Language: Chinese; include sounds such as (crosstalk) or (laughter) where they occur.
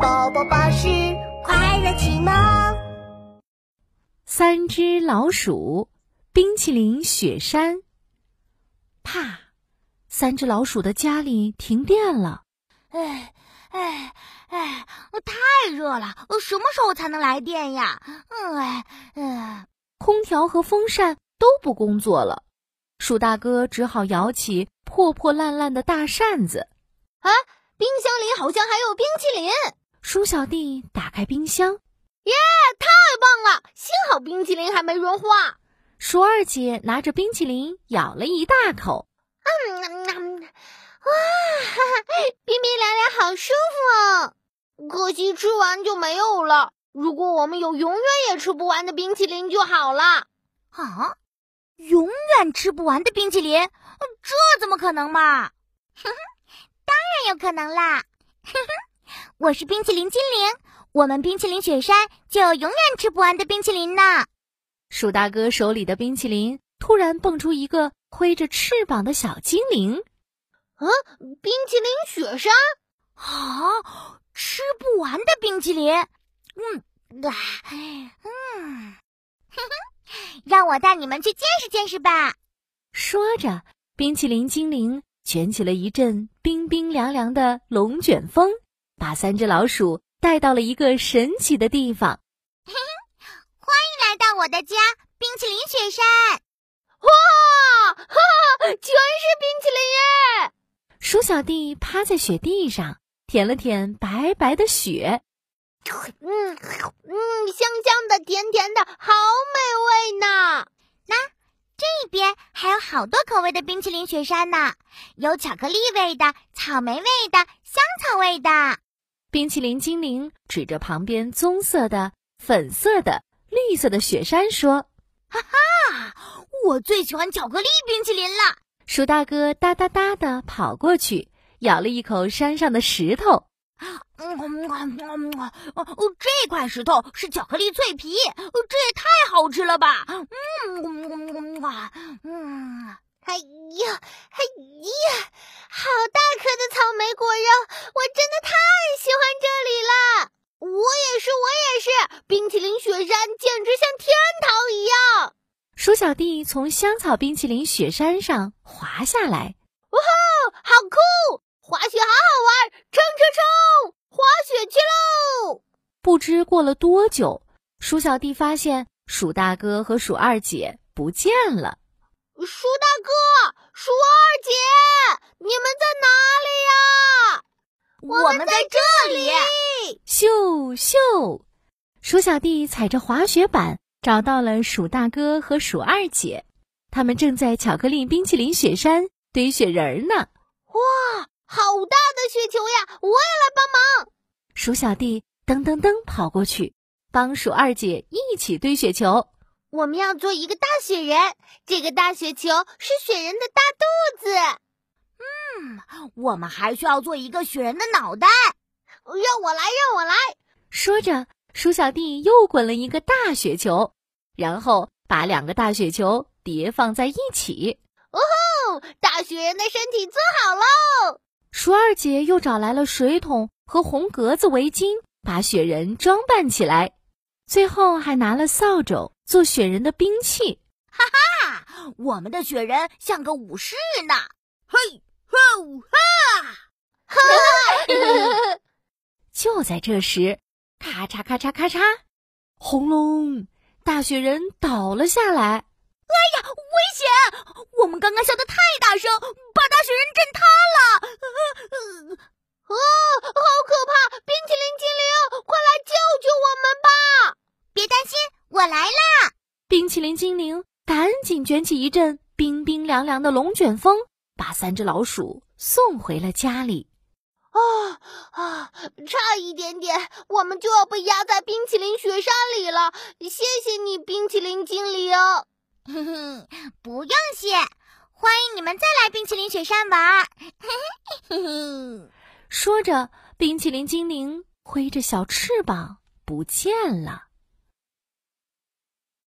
宝宝巴士快乐启蒙。三只老鼠，冰淇淋雪山。啪！三只老鼠的家里停电了。哎哎哎！太热了，什么时候才能来电呀？嗯哎嗯，空调和风扇都不工作了，鼠大哥只好摇起破破烂烂的大扇子。啊，冰箱里好像还有冰淇淋！鼠小弟打开冰箱，耶，太棒了！幸好冰淇淋还没融化。鼠二姐拿着冰淇淋咬了一大口，嗯，嗯嗯哇，哈哈，冰冰凉凉，好舒服哦！可惜吃完就没有了。如果我们有永远也吃不完的冰淇淋就好了。啊，永远吃不完的冰淇淋，这怎么可能嘛？哼哼， (laughs) 当然有可能啦！ (laughs) 哼哼，我是冰淇淋精灵，我们冰淇淋雪山就有永远吃不完的冰淇淋呢。鼠大哥手里的冰淇淋突然蹦出一个挥着翅膀的小精灵。啊，冰淇淋雪山啊！吃不完的冰淇淋，嗯啊，嗯，哼哼， (laughs) 让我带你们去见识见识吧。说着，冰淇淋精灵卷起了一阵冰冰凉凉的龙卷风，把三只老鼠带到了一个神奇的地方。嘿嘿，欢迎来到我的家——冰淇淋雪山！哇，哈、啊，全是冰淇淋耶！鼠小弟趴在雪地上。舔了舔白白的雪，嗯嗯，香香的，甜甜的，好美味呢！那、啊、这边还有好多口味的冰淇淋雪山呢，有巧克力味的、草莓味的、香草味的。冰淇淋精灵指着旁边棕色的、粉色的、绿色的雪山说：“哈哈，我最喜欢巧克力冰淇淋了！”鼠大哥哒哒哒的跑过去。咬了一口山上的石头，嗯嗯嗯、这块石头是巧克力脆皮，这也太好吃了吧！嗯，嗯，哎呀，哎呀，好大颗的草莓果肉，我真的太喜欢这里了！我也是，我也是，冰淇淋雪山简直像天堂一样。鼠小弟从香草冰淇淋雪山上滑下来，哇、哦，好酷！滑雪好好玩，冲冲冲！滑雪去喽！不知过了多久，鼠小弟发现鼠大哥和鼠二姐不见了。鼠大哥、鼠二姐，你们在里呀？哪我们在这里。咻咻，鼠小弟踩着滑雪板找到了鼠大哥和鼠二姐，他们正在巧克力冰淇淋雪山堆雪人呢。哇！好大的雪球呀！我也来帮忙。鼠小弟噔噔噔跑过去，帮鼠二姐一起堆雪球。我们要做一个大雪人，这个大雪球是雪人的大肚子。嗯，我们还需要做一个雪人的脑袋。让我来，让我来。说着，鼠小弟又滚了一个大雪球，然后把两个大雪球叠放在一起。哦吼！大雪人的身体做好喽。鼠二姐又找来了水桶和红格子围巾，把雪人装扮起来，最后还拿了扫帚做雪人的兵器。哈哈，我们的雪人像个武士呢！嘿，吼哈！哈！就在这时，咔嚓咔嚓咔嚓，轰隆！大雪人倒了下来。哎呀，危险！我们刚刚笑得太大声，把大雪人震塌了！啊、呃哦，好可怕！冰淇淋精灵，快来救救我们吧！别担心，我来啦！冰淇淋精灵赶紧卷起一阵冰冰凉凉的龙卷风，把三只老鼠送回了家里。啊啊！差一点点，我们就要被压在冰淇淋雪山里了！谢谢你，冰淇淋精灵。嘿嘿， (laughs) 不用谢，欢迎你们再来冰淇淋雪山玩。嘿嘿 (laughs) 嘿说着，冰淇淋精灵挥着小翅膀不见了。